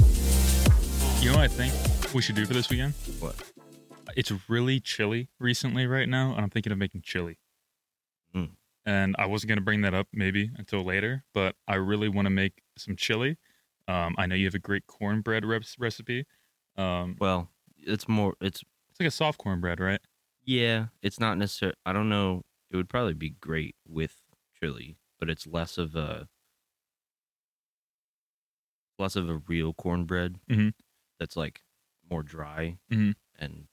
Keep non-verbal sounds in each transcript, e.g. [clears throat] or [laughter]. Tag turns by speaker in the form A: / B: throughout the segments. A: You know what I think we should do for this weekend?
B: What?
A: It's really chilly recently right now, and I'm thinking of making chili.
B: Mm.
A: And I wasn't gonna bring that up maybe until later, but I really want to make some chili. Um, I know you have a great cornbread res- recipe. Um,
B: Well, it's more. It's
A: it's like a soft cornbread, right?
B: yeah. It's not necessarily. I don't know. It would probably be great with chili, but it's less of a less of a real cornbread
A: Mhm.
B: that's like more dry,
A: Mhm.
B: and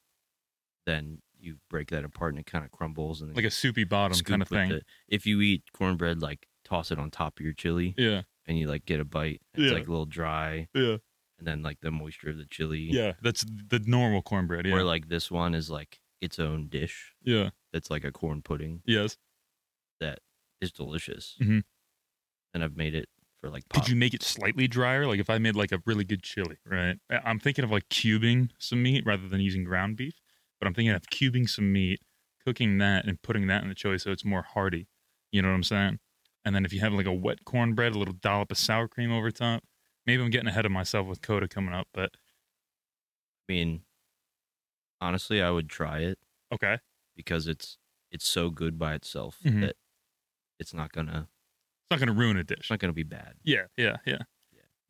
B: then you break that apart and it kind of crumbles and then
A: Like a soupy bottom
B: Mm. scoop
A: kind of
B: with
A: thing.
B: it. If you eat cornbread, like toss it on top of your chili,
A: Yeah,
B: and you like get a bite. and It's
A: Yeah.
B: like a little dry,
A: yeah,
B: and then like the moisture of the chili.
A: yeah. That's the normal cornbread. Yeah,
B: Where like this one is like its own dish
A: yeah,
B: that's like a corn pudding
A: yes.
B: that is delicious.
A: Mhm.
B: And I've made it for like pop.
A: Could you make it slightly drier? Like if I made like a really good chili, right? I- I'm thinking of like cubing some meat rather than using ground beef, but I'm thinking of cubing some meat, cooking that, and putting that in the chili so it's more hearty. You know what I'm saying? And then if you have like a wet cornbread, a little dollop of sour cream over top. Maybe I'm getting ahead of myself with Coda coming up, but
B: I mean, honestly, I would try it
A: okay. It's
B: because it's it's so good by itself
A: Mhm.
B: that it's not gonna
A: not gonna ruin a dish.
B: it's not gonna be bad.
A: Yeah, yeah, yeah.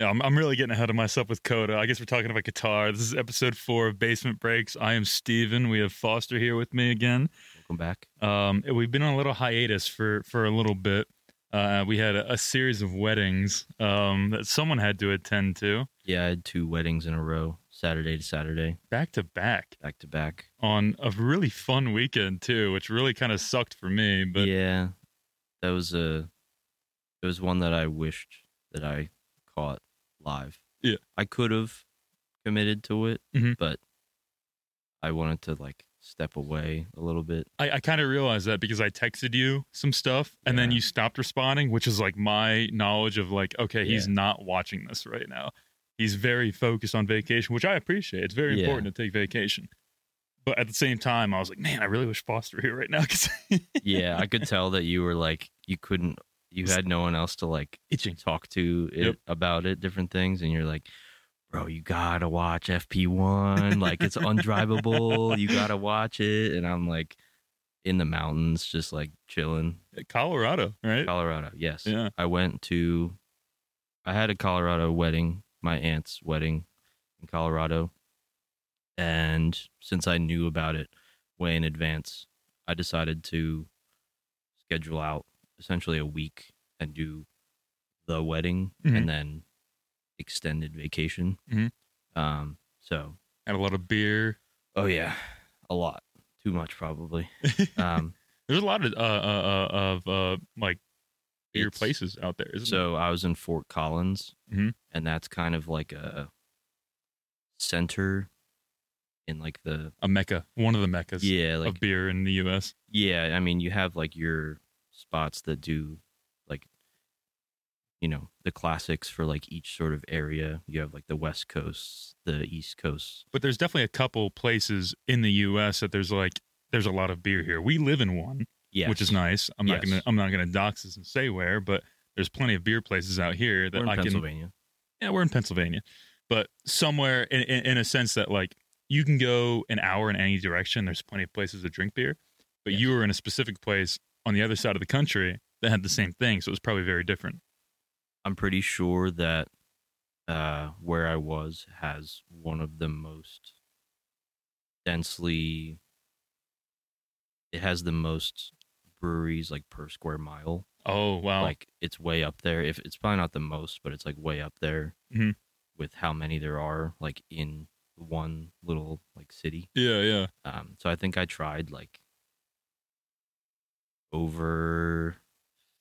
A: Yeah, I'm, I'm really getting ahead of myself with Coda. I guess we're talking about guitar. This is episode four of Basement Breaks. I am Steven. We have Foster here with me again.
B: Welcome back.
A: Um, we've been on a little hiatus for for a little bit. Uh, we had a, a series of weddings um, that someone had to attend to
B: Yeah, I had two weddings in a row, Saturday to Saturday,
A: back to back
B: back to back.
A: on a really fun weekend too, which really kind of sucked for me. But
B: yeah, that was a. It was one that I wished that I caught live.
A: Yeah.
B: I could have committed to it,
A: Mhm.
B: but I wanted to like step away a little bit.
A: I, I kind of realized that because I texted you some stuff and then
B: Yeah.
A: you stopped responding, which is like my knowledge of like, okay, he's not watching this right now. He's very focused on vacation, which I appreciate. It's very
B: Yeah.
A: important to take vacation. But at the same time, I was like, man, I really wish Foster were here right now [laughs] because
B: yeah, I could tell that you were like you couldn't. You had no one else to like
A: itching.
B: talk to it,
A: Yep.
B: about it, different things, and you're like. Bro, you gotta watch FP1. Like, it's undrivable. You gotta watch it. And I'm like in the mountains, just like chilling.
A: Colorado, right?
B: Colorado, yes.
A: Yeah.
B: I went to I had a Colorado wedding, my aunt's wedding in Colorado. And since I knew about it way in advance, I decided to schedule out essentially a week and do the wedding
A: Mhm.
B: and then extended vacation.
A: Mhm.
B: Um, so,
A: Had a lot of beer.
B: oh yeah, a lot. Too much probably. Um,
A: There's a lot of uh, uh, uh, of uh, like beer
B: it's-
A: places out there, isn't
B: so I was in Fort Collins,
A: Mhm.
B: and that's kind of like a center in like the
A: there? A mecca, one of the meccas
B: yeah, like
A: of beer in the U.S.
B: yeah. I mean, you have like your spots that do like you know the classics for like each sort of area. You have like the West Coast, the East Coast.
A: But there's definitely a couple places in the U.S. that there's like there's a lot of beer here. We live in one,
B: Yeah,
A: which is nice. I'm not
B: Yes.
A: gonna I'm not gonna dox this and say where, but there's plenty of beer places out here that
B: We're in
A: I can
B: Pennsylvania.
A: yeah, we're in Pennsylvania, but somewhere in, in, in a sense that like you can go an hour in any direction. There's plenty of places to drink beer, but
B: Yes.
A: you were in a specific place on the other side of the country that had the same thing. So it was probably very different.
B: I'm pretty sure that uh, where I was has one of the most densely. It has the most breweries like per square mile.
A: Oh, wow.
B: Like it's way up there. If it's probably not the most, but it's like way up there
A: Mhm.
B: with how many there are like in one little like city.
A: yeah, yeah.
B: Um, so I think I tried like over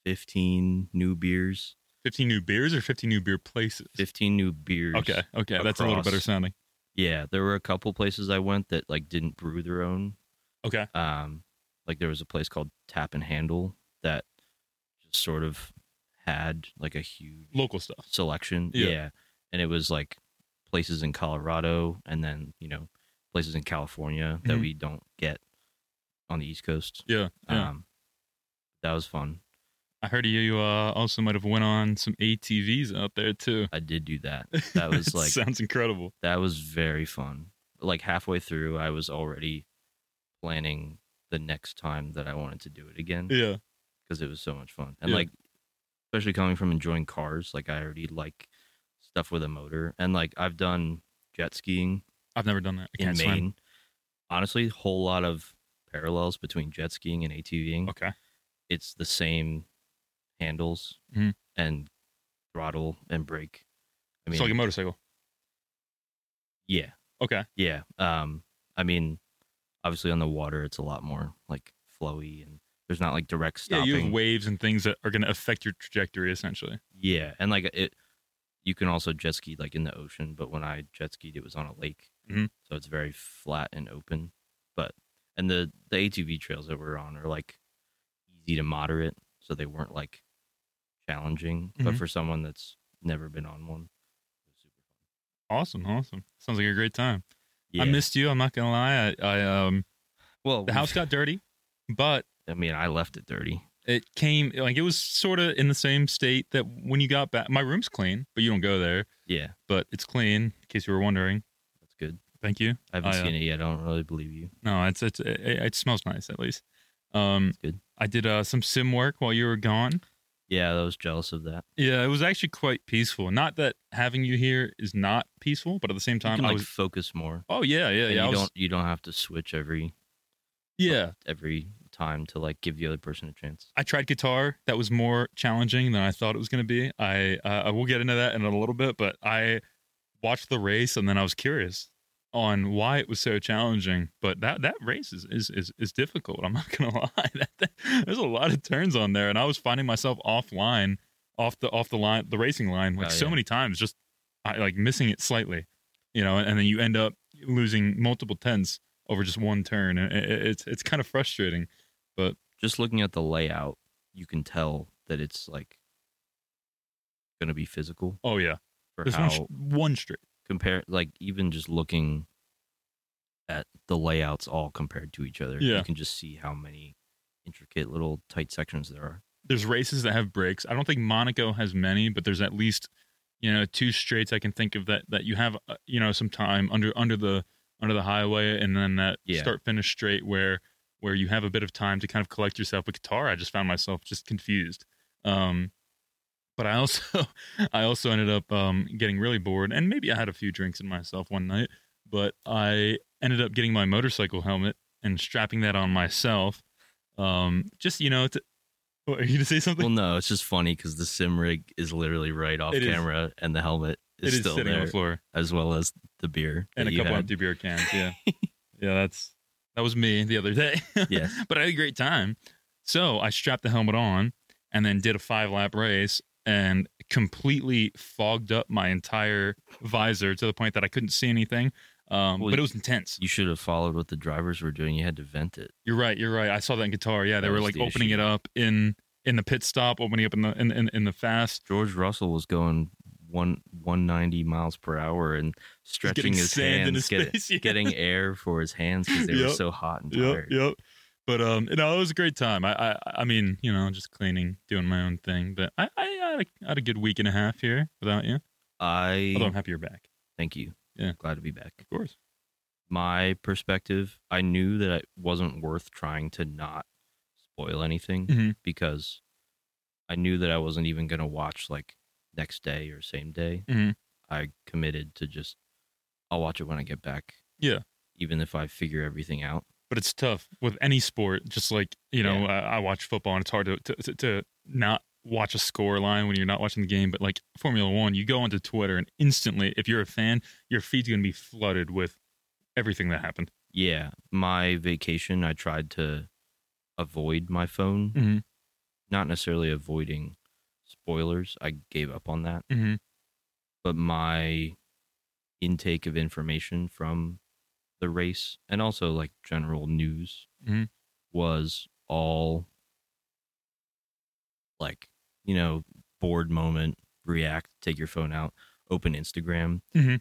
B: fifteen new beers,
A: 15 new beers or 15 new beer places?
B: fifteen new beers.
A: Okay, okay. That's a little
B: across-
A: better sounding.
B: Yeah, there were a couple places I went that like didn't brew their own.
A: Okay.
B: Um, like there was a place called Tap and Handle that just sort of had like a huge
A: Local stuff.
B: selection.
A: Yeah.
B: Yeah. And it was like places in Colorado and then, you know, places in California that
A: Mhm.
B: we don't get on the East Coast.
A: Yeah. yeah.
B: Um that was fun.
A: I heard you uh, also might have went on some ATVs out there too.
B: I did do that. That
A: [laughs]
B: was
A: It
B: like
A: sounds incredible.
B: that was very fun. Like halfway through I was already planning the next time that I wanted to do it again
A: Yeah.
B: because it was so much fun. And
A: Yeah.
B: like especially coming from enjoying cars, like I already like stuff with a motor and like I've done jet skiing
A: I've never done that. I
B: in
A: can't swim.
B: Maine. Honestly, whole lot of parallels between jet skiing and ATVing.
A: Okay.
B: It's the same handles
A: Mhm.
B: and throttle and brake. I mean,
A: it's like a motorcycle.
B: yeah,
A: Okay.
B: yeah. Um, I mean, obviously on the water, it's a lot more like flowy and there's not like direct
A: Yeah,
B: stopping.
A: you have waves and things that are going to affect your trajectory essentially.
B: Yeah, and like it, you can also jet ski like in the ocean. But when I jet skied, it was on a lake,
A: Mhm.
B: so it's very flat and open. But and the the ATV trails that we're on are like easy to moderate, so they weren't like challenging. But
A: Mhm.
B: for someone that's never been on one, it was super fun.
A: Awesome, awesome. Sounds like a great time.
B: Yeah.
A: I missed you. I'm not gonna lie. I, I um
B: well
A: the house got dirty, but
B: I mean, I left it dirty.
A: it came like it was sort of in the same state that when you got back. My room's clean, but you don't go there.
B: Yeah,
A: But it's clean, in case you were wondering.
B: that's good.
A: Thank you.
B: I haven't
A: I, uh,
B: seen it yet. I don't really believe you.
A: No, it's it's it, it smells nice at least. Um,
B: It's good.
A: I did uh, some sim work while you were gone.
B: Yeah, I was jealous of that.
A: Yeah, it was actually quite peaceful. Not that having you here is not peaceful, but at the same
B: You
A: time,
B: can
A: I
B: like
A: was.
B: focus more.
A: Oh yeah, yeah,
B: and
A: yeah. I
B: you
A: was-
B: don't you don't have to switch every
A: yeah,
B: every time to like give the other person a chance.
A: I tried guitar. That was more challenging than I thought it was going to be. I uh, I will get into that in a little bit, but I watched the race and then I was curious on why it was so challenging. But that that race is is is, is difficult. I'm not [laughs] going to lie. That, that- there's a lot of turns on there, and I was finding myself offline, off the off the line, the racing line, like
B: Oh,
A: so
B: yeah.
A: many times, just I, like missing it slightly, you know, and then you end up losing multiple tenths over just one turn. It- it- It's it's kind of frustrating.
B: Just looking at the layout, you can tell that it's like going to be physical
A: Oh yeah,
B: for
A: there's
B: how
A: one, sh- one straight.
B: compare like even just looking at the layouts all compared to each other.
A: Yeah.
B: You can just see how many intricate little tight sections there are.
A: there's races that have breaks. I don't think Monaco has many, but there's at least you know two straights I can think of that that you have uh, you know some time under under the under the highway and then that
B: Yeah.
A: start finish straight where where you have a bit of time to kind of collect yourself. With guitar, I just found myself just confused. Um, but I also [laughs] I also ended up um, getting really bored, and maybe I had a few drinks in myself one night, but I ended up getting my motorcycle helmet and strapping that on myself. Um, just you know, to, what, are you gonna say something?
B: Well, no, it's just funny cuz the sim rig is literally right off
A: It is.
B: camera and the helmet
A: It
B: is
A: is
B: still
A: sitting on
B: there
A: the floor
B: as well as the beer
A: and
B: that
A: a
B: you
A: couple
B: had.
A: empty beer cans.
B: [laughs]
A: Yeah, yeah, that's that was me the other day. [laughs]
B: Yes.
A: but I had a great time. So I strapped the helmet on and then did a five lap race and completely fogged up my entire visor to the point that I couldn't see anything. Um,
B: Well,
A: but it was intense.
B: You should have followed what the drivers were doing. You had to vent it.
A: You're right. You're right. I saw that in guitar. Yeah, they
B: That
A: were
B: was
A: like
B: the
A: opening
B: issue.
A: it up in in the pit stop, opening up in the in, in, in the fast.
B: George Russell was going one one ninety miles per hour and stretching his
A: sand in
B: hands,
A: his
B: get-
A: face, [laughs] yeah.
B: getting air for his hands because they were
A: Yep.
B: so hot and
A: Yep,
B: tired.
A: yep. But um, no, it was a great time. I, I, I mean, you know, just cleaning, doing my own thing. But I, I, had, a, I had a good week and a half here without you.
B: I
A: Although I'm happy you're back,
B: thank you.
A: Yeah.
B: Glad to be back.
A: of course.
B: My perspective, I knew that it wasn't worth trying to not spoil anything
A: Mhm.
B: because I knew that I wasn't even gonna watch like next day or same day.
A: Mhm.
B: I committed to just I'll watch it when I get back.
A: Yeah.
B: Even if I figure everything out.
A: But it's tough with any sport. Just like you know, I, I watch football, and it's hard to to, to, to not watch a score line when you're not watching the game. But like Formula One, you go onto Twitter, and instantly, if you're a fan, your feed's gonna be flooded with everything that happened.
B: Yeah, my vacation, I tried to avoid my phone.
A: Mhm.
B: Not necessarily avoiding spoilers. I gave up on that.
A: Mm-hmm.
B: But my intake of information from the race and also like general news
A: Mhm.
B: was all like you know bored moment react take your phone out open instagram
A: Mhm.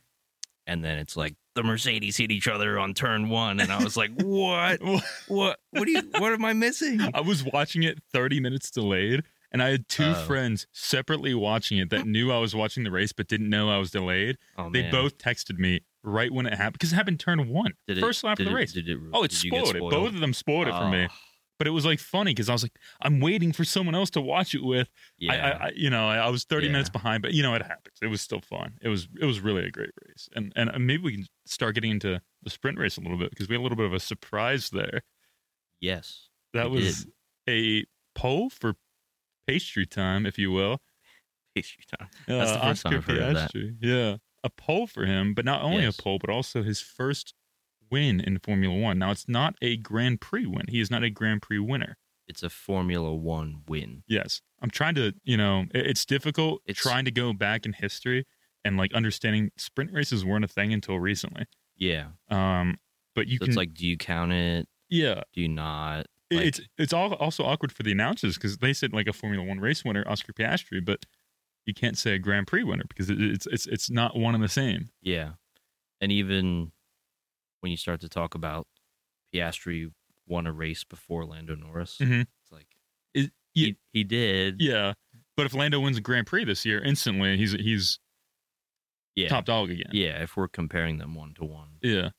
B: and then it's like the mercedes hit each other on turn one and i was like what what what do you what am
A: [laughs]
B: i missing
A: [laughs] I was watching it 30 minutes delayed, and I had two
B: Oh.
A: friends separately watching it that knew I was watching the race but didn't know I was delayed.
B: oh,
A: they
B: man.
A: both texted me right when it happened because it happened turn one,
B: Did it-
A: first lap of
B: did
A: the
B: it-
A: race.
B: did it,
A: oh, it
B: did you get
A: spoiled it. Both of them spoiled it for me.
B: Oh,
A: But it was like funny because I was like, I'm waiting for someone else to watch it with.
B: Oh, yeah
A: I, I, I you know, I, I was 30
B: Yeah.
A: minutes behind, but you know, it happens. It was still fun. It was, it was really a great race, and and uh, maybe we can start getting into the sprint race a little bit because we had a little bit of a surprise there. [laughs]
B: yes
A: That
B: We
A: was a poll for pastry time, if you will. Uh,
B: That's the first time I've heard of that.
A: Piastri. Yeah, a poll for him, but not only
B: Yes.
A: a poll, but also his first win in Formula One. Now it's not a Grand Prix win. He is not a Grand Prix winner.
B: it's a formula one win
A: Yes, I'm trying to. You know, it- it's difficult
B: It's-
A: trying to go back in history and like understanding sprint races weren't a thing until recently.
B: yeah
A: Um, but you
B: so
A: can
B: it's like do you count it
A: yeah,
B: do you not
A: It-
B: like-
A: it's it's all also awkward for the announcers because they said like a Formula One race winner, Oscar Piastri, but you can't say a Grand Prix winner because it, it's it's it's not one and the same.
B: Yeah. And even when you start to talk about Piastri won a race before Lando Norris,
A: Mhm.
B: it's like
A: Is- yeah.
B: he, he did.
A: Yeah, but if Lando wins a Grand Prix this year, instantly he's he's
B: yeah.
A: top dog again.
B: Yeah, if we're comparing them one to one.
A: Yeah.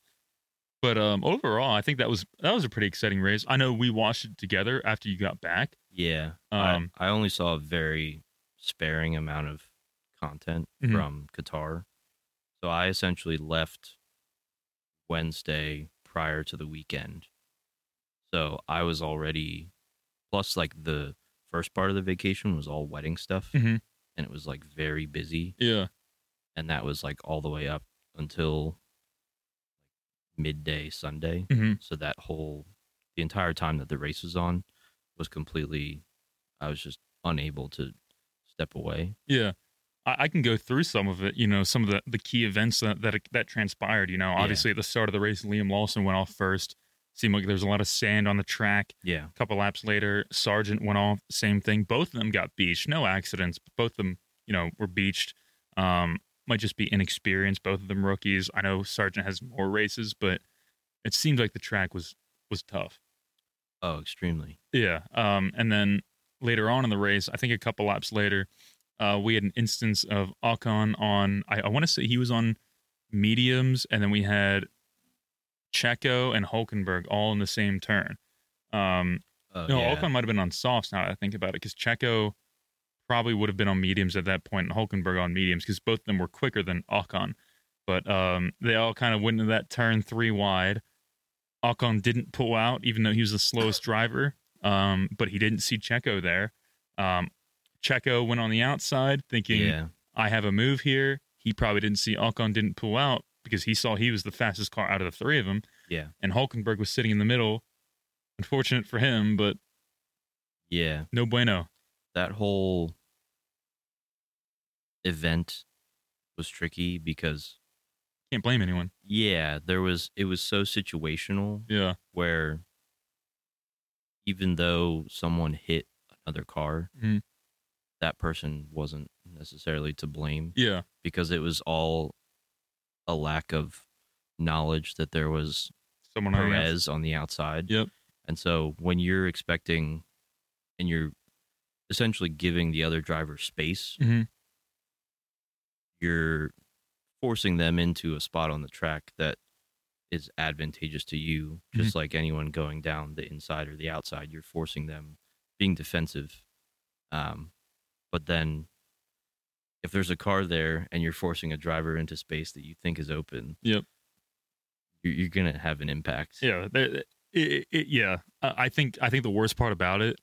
A: But um, overall, I think that was that was a pretty exciting race. I know we watched it together after you got back.
B: Yeah.
A: Um,
B: I, I only saw a very sparing amount of content
A: Mhm.
B: from Qatar. So I essentially left Wednesday prior to the weekend. So I was already plus like the first part of the vacation was all wedding stuff
A: Mhm.
B: and it was like very busy
A: Yeah,
B: and that was like all the way up until midday Sunday.
A: Mhm.
B: So that whole the entire time that the race was on was completely I was just unable to step away.
A: yeah. I, I can go through some of it. You know, some of the, the key events that, that that transpired. You know,
B: Yeah.
A: obviously at the start of the race, Liam Lawson went off first. Seemed like there was a lot of sand on the track.
B: Yeah.
A: A couple laps later, Sargent went off. Same thing. Both of them got beached. No accidents. But both of them, you know, were beached. Um, might just be inexperienced. Both of them rookies. I know Sargent has more races, but it seemed like the track was was tough.
B: Oh, extremely.
A: Yeah. Um, and then later on in the race, I think a couple laps later, uh, we had an instance of Ocon on. I, I want to say he was on mediums, and then we had Checo and Hulkenberg all in the same turn. Um,
B: Oh,
A: no,
B: yeah.
A: Alcon might have been on softs now that I think about it, because Checo probably would have been on mediums at that point and Hulkenberg on mediums because both of them were quicker than Alcon. But um, they all kind of went into that turn three wide. Alcon didn't pull out, even though he was the
B: [laughs]
A: slowest driver, um, but he didn't see Checo there. Um, Checo went on the outside thinking,
B: yeah.
A: I have a move here. He probably didn't see Alcon didn't pull out because he saw he was the fastest car out of the three of them.
B: Yeah.
A: And Hulkenberg was sitting in the middle. Unfortunate for him, but
B: Yeah.
A: no bueno.
B: That whole event was tricky because
A: Can't blame anyone.
B: yeah, there was it was so situational
A: Yeah.
B: where even though someone hit another car,
A: Mhm.
B: that person wasn't necessarily to blame
A: Yeah.
B: because it was all a lack of knowledge that there was
A: Someone on the outs-
B: Perez on the outside.
A: Yep.
B: And so when you're expecting and you're essentially giving the other driver space,
A: Mhm.
B: you're forcing them into a spot on the track that is advantageous to you, just
A: Mm-hmm.
B: like anyone going down the inside or the outside. You're forcing them being defensive. Um, but then if there's a car there and you're forcing a driver into space that you think is open,
A: Yep.
B: you're, you're going to have an impact.
A: Yeah. they- it- it- yeah. I I think I think the worst part about it,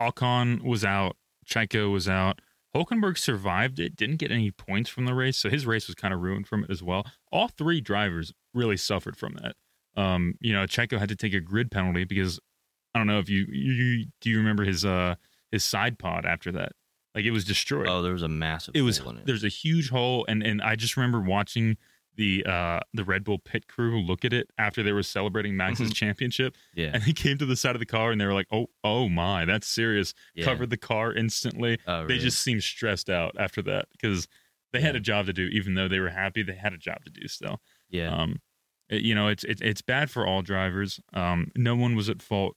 A: Alcon was out, Chaiko was out. Hulkenberg survived it, didn't get any points from the race, so his race was kind of ruined from it as well. All three drivers really suffered from that. Um, you know, Checo had to take a grid penalty because I don't know if you, you, you do you remember his uh his side pod after that? Like it was destroyed.
B: Oh, there was a massive.
A: it was
B: hole in it.
A: there's a huge hole and and I just remember watching the uh, the Red Bull pit crew look at it after they were celebrating Max's championship,
B: Mm-hmm. Yeah.
A: and they came to the side of the car and they were like, "Oh, oh my, that's serious."
B: yeah.
A: Covered the car instantly.
B: Oh,
A: They
B: really?
A: just seemed stressed out after that because they had
B: Yeah.
A: a job to do, even though they were happy. They had a job to do still.
B: yeah.
A: Um, it- you know, it's it's it's bad for all drivers. Um, no one was at fault,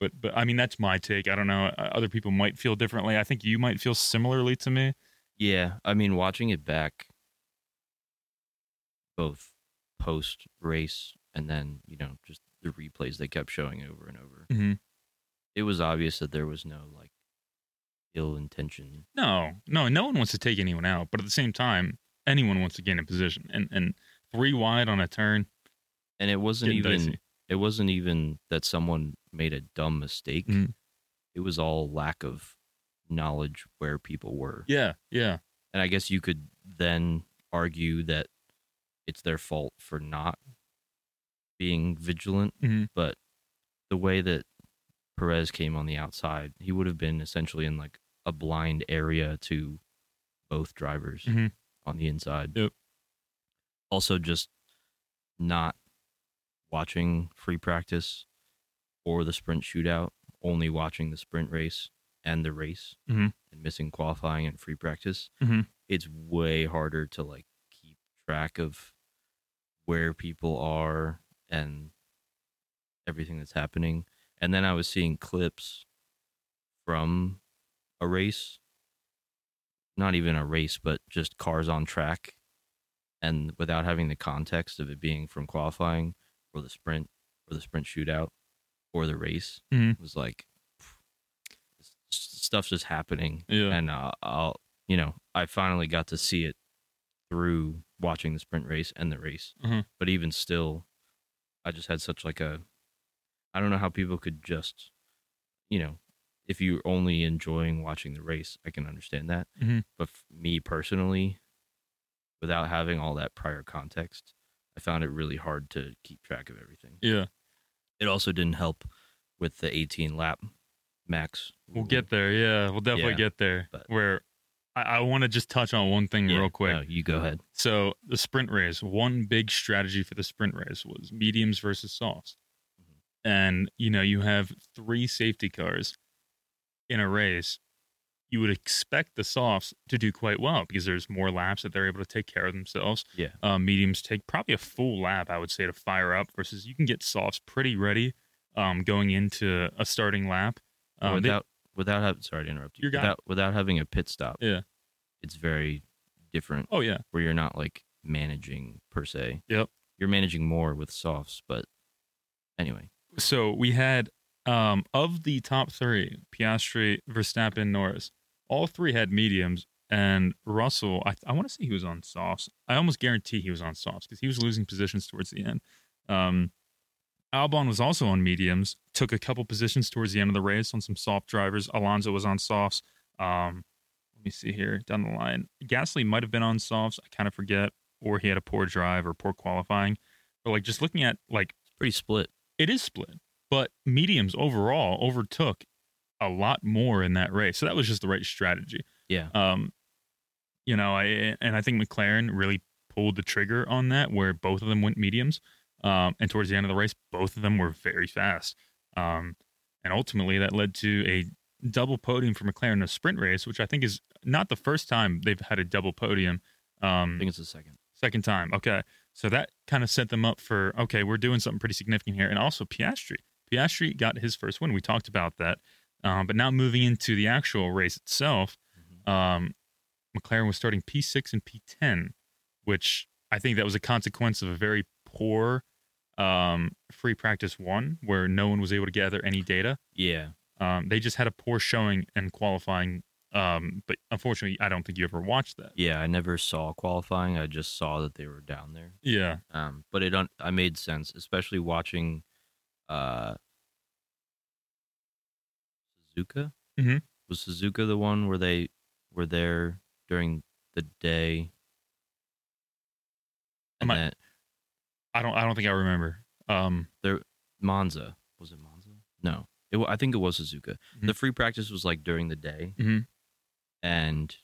A: but but I mean, that's my take. I don't know. Uh, Other people might feel differently. I think you might feel similarly to me.
B: Yeah, I mean, watching it back, both post race and then you know just the replays they kept showing over and over.
A: Mhm.
B: It was obvious that there was no like ill intention.
A: No, no, no one wants to take anyone out, but at the same time, anyone wants to gain a position. And and three wide on a turn,
B: And it wasn't
A: Getting
B: even
A: dicey.
B: it wasn't even that someone made a dumb mistake.
A: Mhm.
B: It was all lack of knowledge where people were.
A: yeah, yeah,
B: And I guess you could then argue that it's their fault for not being vigilant.
A: Mhm.
B: But the way that Perez came on the outside, he would have been essentially in like a blind area to both drivers
A: Mhm.
B: on the inside.
A: Yep.
B: Also, just not watching free practice or the sprint shootout, only watching the sprint race and the race
A: Mhm.
B: and missing qualifying and free practice it's way harder to like keep track of where people are and everything that's happening. And then I was seeing clips from a race, not even a race, but just cars on track. And without having the context of it being from qualifying or the sprint or the sprint shootout or the race,
A: Mhm.
B: it was like pff, s- stuff's just happening
A: yeah.
B: and uh, I'll you know I finally got to see it through watching the sprint race and the race.
A: Mhm.
B: But even still, I just had such like a I don't know how people could just you know if you're only enjoying watching the race, I can understand that.
A: Mhm.
B: But f- me personally, without having all that prior context, I found it really hard to keep track of everything.
A: yeah.
B: It also didn't help with the 18 lap max.
A: We'll
B: rule.
A: get there. Yeah, we'll definitely
B: Yeah,
A: get there.
B: but-
A: Where I, I want to just touch on one thing
B: Yeah,
A: real quick.
B: no, you go ahead.
A: So the sprint race, one big strategy for the sprint race was mediums versus softs. And you know, you have three safety cars in a race. You would expect the softs to do quite well because there's more laps that they're able to take care of themselves.
B: Yeah.
A: Uh, mediums take probably a full lap, I would say, to fire up. Versus you can get softs pretty ready um, going into a starting lap. Um, they-
B: without without having sorry to interrupt you
A: You're got-
B: without without having a pit stop
A: Yeah.
B: it's very different
A: oh yeah,
B: where you're not like managing per se
A: Yep.
B: you're managing more with softs but anyway
A: so we had um, of the top three Piastri, Verstappen, Norris. All three had mediums, and Russell. I, I want to say he was on softs. I almost guarantee he was on softs because he was losing positions towards the end. Um, Albon was also on mediums. Took a couple positions towards the end of the race on some soft drivers. Alonso was on softs. Um, let me see here down the line. Gasly might have been on softs. I kind of forget, or he had a poor drive or poor qualifying. But like just looking at like
B: it's pretty split
A: it is split, but mediums overall overtook a lot more in that race. So that was just the right strategy.
B: yeah
A: Um, you know, I and I think McLaren really pulled the trigger on that, where both of them went mediums, um, and towards the end of the race, both of them were very fast, um, and ultimately that led to a double podium for McLaren in a sprint race, which I think is not the first time they've had a double podium.
B: i
A: Um,
B: think it's the second
A: Second time. Okay. So that kind of set them up for okay, we're doing something pretty significant here. And also Piastri. Piastri got his first win. We talked about that. Um, but now moving into the actual race itself, um, McLaren was starting P6 and P10, which I think that was a consequence of a very poor um, free practice one where no one was able to gather any data.
B: yeah
A: Um, they just had a poor showing in qualifying. Um, but unfortunately, I don't think you ever watched that.
B: yeah i never saw qualifying i just saw that they were down there
A: Yeah.
B: um, but it un- I made sense, especially watching uh, Suzuka.
A: Mhm.
B: Was Suzuka the one where they were there during the day?
A: Am
B: And
A: I-
B: then
A: I don't. I don't think I remember. Um,
B: Monza was it Monza? No, it, wa- I think it was Suzuka.
A: Mhm.
B: The free practice was like during the day,
A: Mhm.
B: and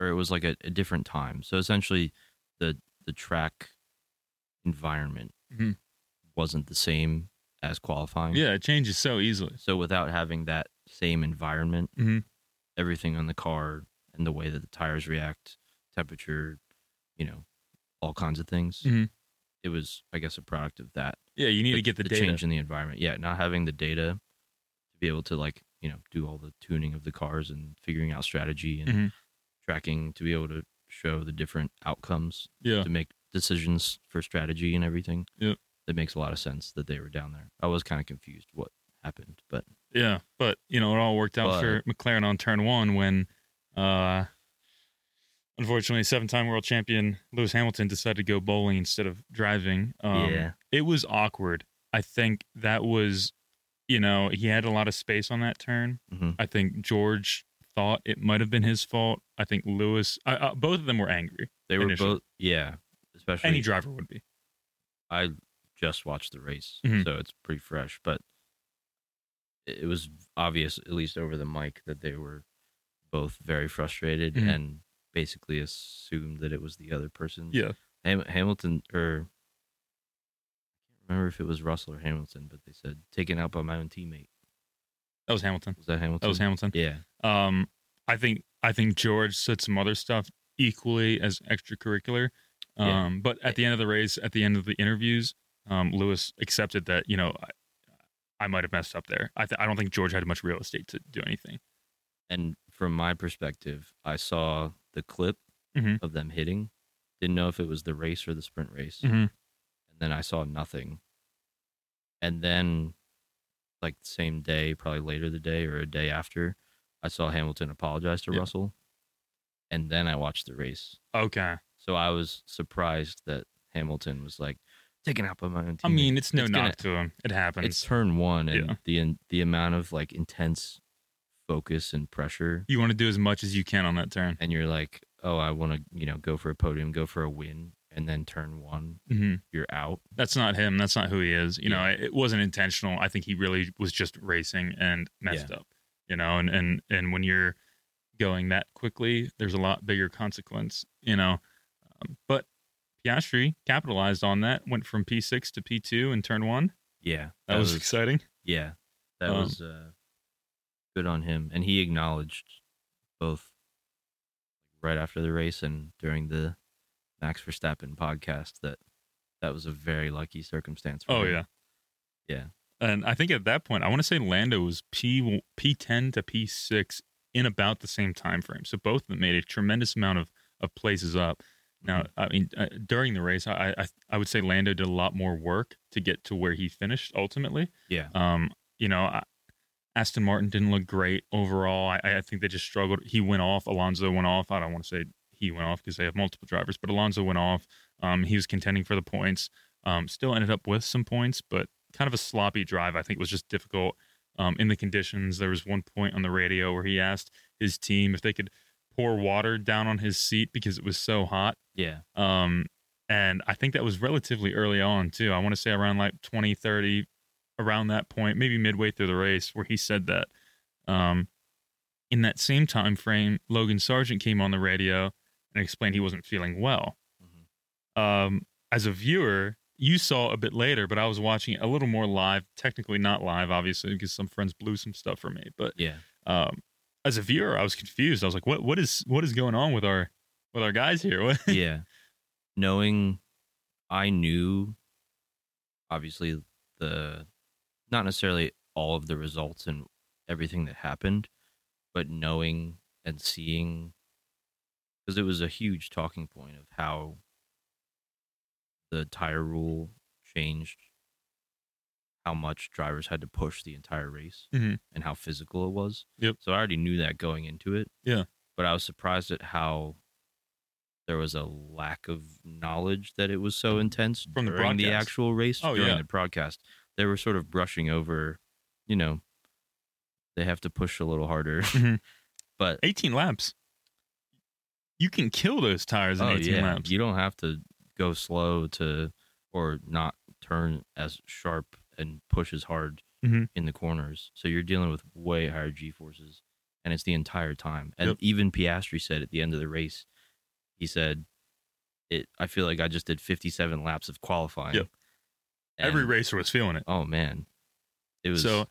B: or it was like a, a different time. So essentially, the the track environment
A: Mhm.
B: wasn't the same as qualifying.
A: Yeah, it changes so easily.
B: So without having that same environment,
A: Mhm.
B: everything on the car and the way that the tires react, temperature, you know, all kinds of things.
A: Mhm.
B: It was, I guess, a product of that.
A: Yeah, you need to get the, data.
B: change in the environment. Yeah, not having the data to be able to like you know do all the tuning of the cars and figuring out strategy and
A: Mhm.
B: tracking to be able to show the different outcomes
A: Yeah,
B: to make decisions for strategy and everything.
A: Yep.
B: That makes a lot of sense that they were down there. I was kind of confused what happened, but
A: yeah, but you know it all worked out
B: But-
A: for McLaren on turn one when, uh, unfortunately, seven-time world champion Lewis Hamilton decided to go bowling instead of driving. Um, it was awkward. I think that was, you know, he had a lot of space on that turn.
B: Mhm.
A: I think George thought it might have been his fault. I think Lewis, I, I, both of them were angry.
B: they were
A: Initially.
B: both yeah, especially
A: Any driver would be.
B: I just watched the race,
A: Mhm.
B: so it's pretty fresh, but it it was obvious, at least over the mic, that they were both very frustrated
A: Mhm.
B: and basically assumed that it was the other person.
A: Yeah.
B: Ham- Hamilton, or I can't remember if it was Russell or Hamilton, but they said, taken out by my own teammate.
A: That was Hamilton.
B: Was that Hamilton?
A: That was Hamilton.
B: Yeah.
A: Um, I think I think George said some other stuff equally as extracurricular. Um,
B: Yeah.
A: but at the end of the race, at the end of the interviews, um, Lewis accepted that you know I, I might have messed up there. I th- I don't think George had much real estate to do anything.
B: And from my perspective, I saw the clip
A: Mhm.
B: of them hitting. Didn't know if it was the race or the sprint race.
A: Mhm.
B: And then I saw nothing. And then, like the same day, probably later the day or a day after, I saw Hamilton apologize to
A: Yeah.
B: Russell. And then I watched the race.
A: Okay,
B: So I was surprised that Hamilton was like taken out by my own team.
A: I mean it's no
B: It's gonna-
A: knock to him. It happens.
B: it's turn one, and
A: Yeah.
B: the the amount of like intense focus and pressure
A: you want to do as much as you can on that turn.
B: and you're like, oh, I want to, you know, go for a podium, go for a win, and then turn one,
A: Mm-hmm.
B: you're out.
A: That's not him. That's not who he is. You know, it, it wasn't intentional. I think he really was just racing and messed up. You know, and and and when you're going that quickly, there's a lot bigger consequence. You know, um, but Piastri capitalized on that. Went from P6 to P2 in turn one.
B: Yeah,
A: That, was, exciting.
B: yeah, that
A: Um,
B: was uh, good on him, and he acknowledged both right after the race and during the Max Verstappen podcast that that was a very lucky circumstance. For
A: Oh
B: him.
A: yeah,
B: Yeah.
A: And I think at that point, I want to say Lando was P P10 to P6 in about the same time frame. So both of them made a tremendous amount of of places up. Now,
B: Mm-hmm.
A: I mean, uh, during the race, I, I I would say Lando did a lot more work to get to where he finished ultimately.
B: yeah,
A: Um, you know, I, Aston Martin didn't look great overall. I, I think they just struggled. He went off. Alonso went off. I don't want to say he went off because they have multiple drivers, but Alonso went off. Um, he was contending for the points. Um, still ended up with some points, but kind of a sloppy drive. I think it was just difficult um, in the conditions. There was one point on the radio where he asked his team if they could pour water down on his seat because it was so hot. [laughs]
B: yeah,
A: Um, and I think that was relatively early on too. I want to say around like 20, 30, around that point, maybe midway through the race where he said that. Um, in that same time frame, Logan Sargent came on the radio and explained he wasn't feeling well. Um, as a viewer, you saw a bit later, but I was watching it a little more live, technically not live, obviously, because some friends blew some stuff for me. But
B: yeah.
A: um, as a viewer, I was confused. I was like, "What? What is? What is going on with our with our guys here?" What?
B: yeah. Knowing I knew obviously the not necessarily all of the results and everything that happened, but knowing and seeing because it was a huge talking point of how the tire rule changed how much drivers had to push the entire race
A: Mhm.
B: and how physical it was.
A: Yep.
B: So I already knew that going into it.
A: Yeah.
B: But I was surprised at how there was a lack of knowledge that it was so intense
A: From the
B: during the
A: broadcast.
B: actual race
A: Oh,
B: during
A: yeah.
B: the broadcast. They were sort of brushing over, you know, they have to push a little harder. [laughs]
A: Mhm.
B: but
A: 18 laps. You can kill those tires in
B: oh
A: 18
B: yeah,
A: laps.
B: you don't have to go slow to or not turn as sharp and push as hard
A: Mhm.
B: in the corners. So you're dealing with way higher G forces, and it's the entire time. And
A: Yep.
B: even Piastri said at the end of the race, he said, it I feel like I just did 57 laps of qualifying.
A: Yep. Every
B: And-
A: racer was feeling it.
B: Oh man. It was oh,
A: So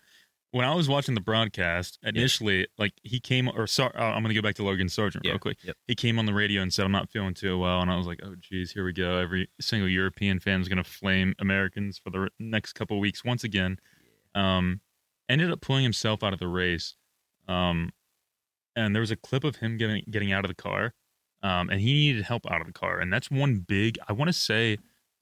A: when I was watching the broadcast initially, like he came or sorry, uh, I'm gonna go back to Logan Sargent
B: yeah,
A: real quick.
B: Yep.
A: He came on the radio and said, "I'm not feeling too well," and I was like, "Oh, geez, here we go. Every single European fan's gonna flame Americans for the r- next couple weeks once again." Um, ended up pulling himself out of the race, um, and there was a clip of him getting getting out of the car, um, and he needed help out of the car, and that's one big. I want to say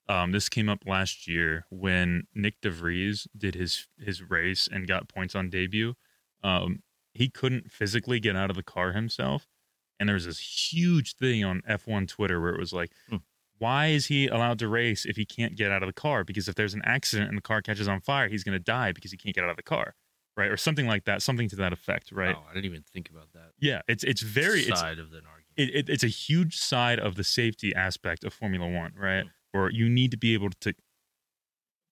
A: um, this came up last year when Nick DeVries did his his race and got points on debut. Um, he couldn't physically get out of the car himself, and there was this huge thing on F1 Twitter where it was like,
B: Hmm.
A: "Why is he allowed to race if he can't get out of the car? Because if there's an accident and the car catches on fire, he's going to die because he can't get out of the car, right? Or something like that, something to that effect, right?
B: Wow, I didn't even think about that
A: Yeah, it's it's very it's
B: side of an argument.
A: it, it, it's a huge side of the safety aspect of Formula One,
B: Mm.
A: right? Where you need to be able to,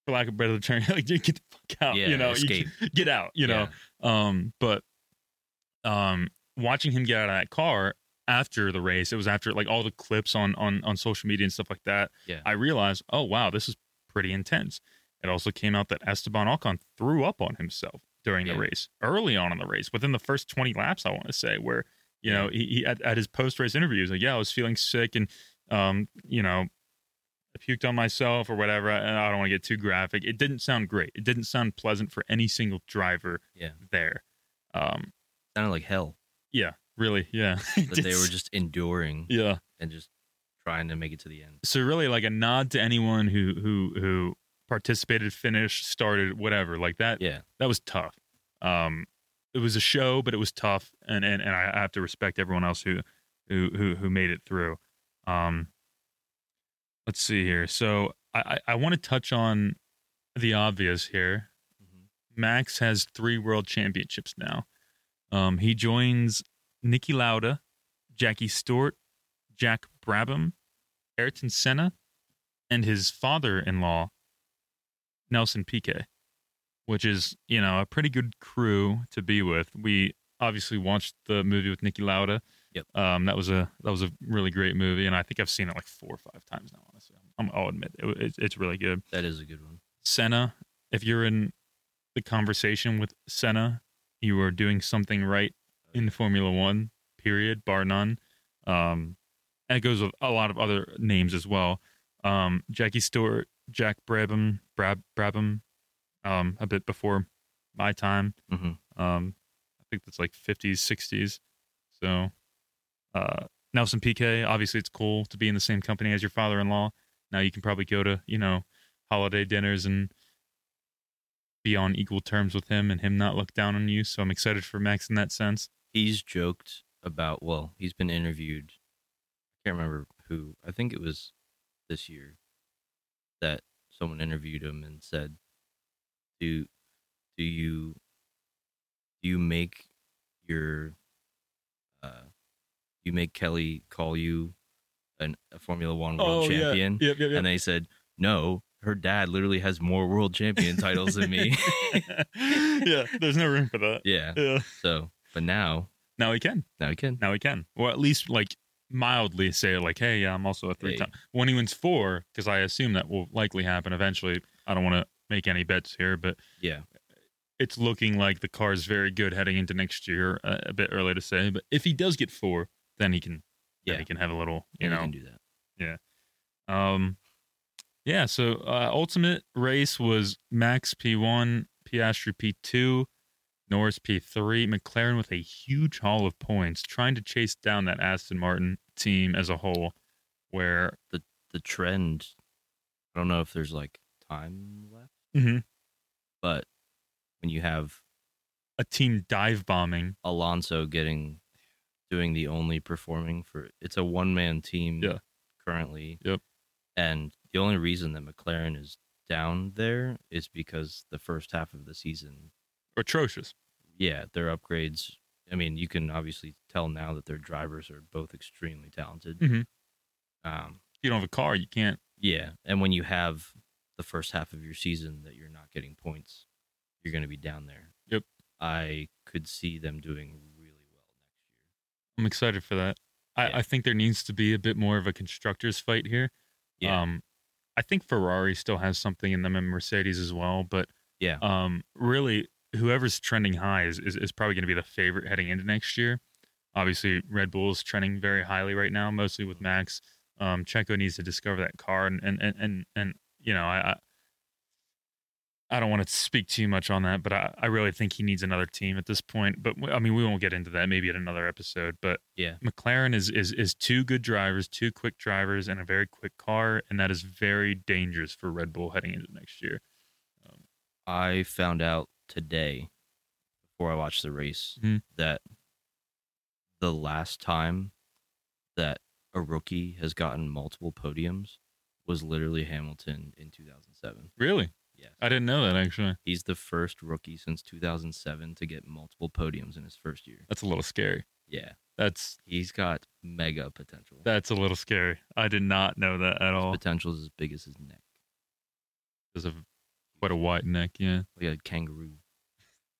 A: for lack of a better term, [laughs] like get the fuck out,
B: yeah,
A: you know, You
B: escape.
A: can- get out, you know. Um, but um, watching him get out of that car after the race, it was after like all the clips on on on social media and stuff like that.
B: Yeah.
A: I realized, oh wow, this is pretty intense. It also came out that Esteban Ocon threw up on himself during
B: Yeah.
A: the race, early on in the race, within the first 20 laps, I want to say, where, you know, he, he at, at his post race interview, he's like, yeah, I was feeling sick and, um, you know, I puked on myself or whatever. I, I don't want to get too graphic. It didn't sound great. It didn't sound pleasant for any single driver
B: Yeah.
A: there. Um,
B: Sounded
A: [laughs]
B: like hell.
A: yeah, really. Yeah. [laughs]
B: But they were just enduring
A: yeah.
B: and just trying to make it to the end.
A: so really like a nod to anyone who who who participated finished started whatever like that
B: Yeah.
A: that was tough um it was a show but it was tough and and, and i I have to respect everyone else who who who, who made it through um let's see here so i i, I want to touch on the obvious here
B: Mhm.
A: max has three world championships now um he joins nikki lauda jackie stewart jack brabham Ayrton Senna and his father-in-law Nelson Piquet, which is you know a pretty good crew to be with. We obviously watched the movie with Nicky Lauda.
B: Yep.
A: Um, that was a that was a really great movie, and I think I've seen it like four or five times now. Honestly, I'm, I'll admit it, it's- it's really good.
B: That is a good one.
A: Senna, if you're in the conversation with Senna, you are doing something right in Formula One, period, bar none. Um, and it goes with a lot of other names as well. Um, Jackie Stewart, Jack Brabham, Brab, Brabham, um, a bit before my time.
B: Mhm.
A: Um, I think that's like 50s, 60s. So, uh, Nelson Piquet, obviously, it's cool to be in the same company as your father in law. Now you can probably go to, you know, holiday dinners and be on equal terms with him and him not look down on you. So I'm excited for Max in that sense.
B: He's joked about, well, he's been interviewed. I can't remember who. I think it was this year that someone interviewed him and said, "Do do you do you make your uh you make Kelly call you an, a Formula 1 world champion?"
A: Oh, Yep, yep,
B: And they said, "No, her dad literally has more world champion titles
A: [laughs]
B: than me."
A: yeah, there's no room for that.
B: [laughs] yeah.
A: Yeah.
B: So, but now
A: Now he can.
B: now he can.
A: Now he can. Or at least like mildly say like, hey, yeah, I'm also a three time. When he wins four, because I assume that will likely happen eventually. I don't want to make any bets here, but
B: Yeah.
A: it's looking like the car is very good heading into next year. Uh, a bit early to say, but if he does get four, then he can. Yeah,
B: Yeah.
A: he can have a little, you
B: You
A: know,
B: can do that.
A: Um, yeah, so uh, ultimate race was Max P1, Piastri P2, Norris P3, McLaren with a huge haul of points, trying to chase down that Aston Martin team as a whole. Where
B: The trend. I don't know if there's like time left, but when you have
A: a team dive bombing,
B: Alonso getting doing the only performing for it's a one man team
A: Yeah.
B: currently.
A: Yep.
B: And the only reason that McLaren is down there is because the first half of the season,
A: atrocious.
B: yeah, their upgrades. I mean, you can obviously tell now that their drivers are both extremely talented.
A: Mhm.
B: Um,
A: If you don't have a car, you can't.
B: yeah, and when you have the first half of your season that you're not getting points, you're going to be down there.
A: Yep.
B: I could see them doing really well next year.
A: I'm excited for that. I,
B: Yeah.
A: I think there needs to be a bit more of a constructors fight here.
B: Yeah.
A: Um, I think Ferrari still has something in them and Mercedes as well, but
B: Yeah.
A: um, really whoever's trending high is, is, is probably going to be the favorite heading into next year. Obviously, Red Bull's trending very highly right now, mostly with Max. Um, Checo needs to discover that car, and and and and, and you know, I, I I don't want to speak too much on that, but I, I really think he needs another team at this point. But w- I mean, we won't get into that maybe in another episode. But
B: Yeah.
A: McLaren is is is two good drivers, two quick drivers, and a very quick car, and that is very dangerous for Red Bull heading into next year.
B: I found out today before I watched the race
A: Mhm.
B: that the last time that a rookie has gotten multiple podiums was literally Hamilton in 2007.
A: Really,
B: Yes.
A: I didn't know that actually.
B: He's the first rookie since 2007 to get multiple podiums in his first year.
A: That's a little scary.
B: Yeah.
A: That's
B: He's got mega potential.
A: that's a little scary. I did not know that at all.
B: potential is as big as his neck.
A: There's a quite a wide neck. Yeah,
B: Like a kangaroo.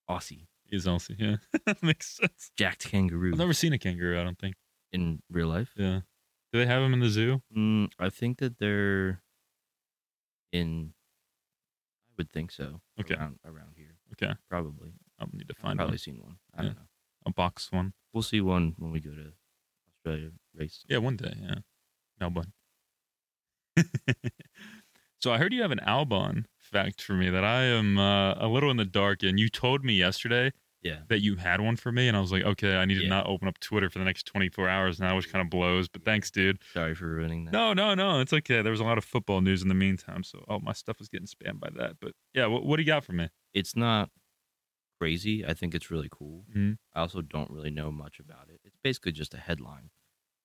B: Aussie.
A: is also yeah. [laughs] Makes sense.
B: Jacked kangaroo
A: I've never seen a kangaroo. I don't think.
B: in real life.
A: Yeah. Do they have them in the zoo?
B: Mm, I think that they're in. I would think so.
A: Okay.
B: Around, around here.
A: Okay.
B: Probably.
A: I'll need to
B: I've
A: find
B: probably
A: one.
B: seen one. I
A: Yeah.
B: don't know.
A: a box one.
B: We'll see one when we go to Australia race.
A: Yeah, one day. Yeah, Melbourne. [laughs] so I heard you have an Albon fact for me that I am uh, a little in the dark in. You told me yesterday
B: Yeah.
A: that you had one for me, and I was like, okay, I need to
B: Yeah.
A: not open up Twitter for the next 24 hours now, which kind of blows. But thanks, dude.
B: Sorry for ruining that.
A: No, no, no, it's okay. There was a lot of football news in the meantime, so all my stuff was getting spammed by that. But yeah, what, what do you got for me?
B: It's not crazy. I think it's really cool.
A: Mhm.
B: I also don't really know much about it. It's basically just a headline.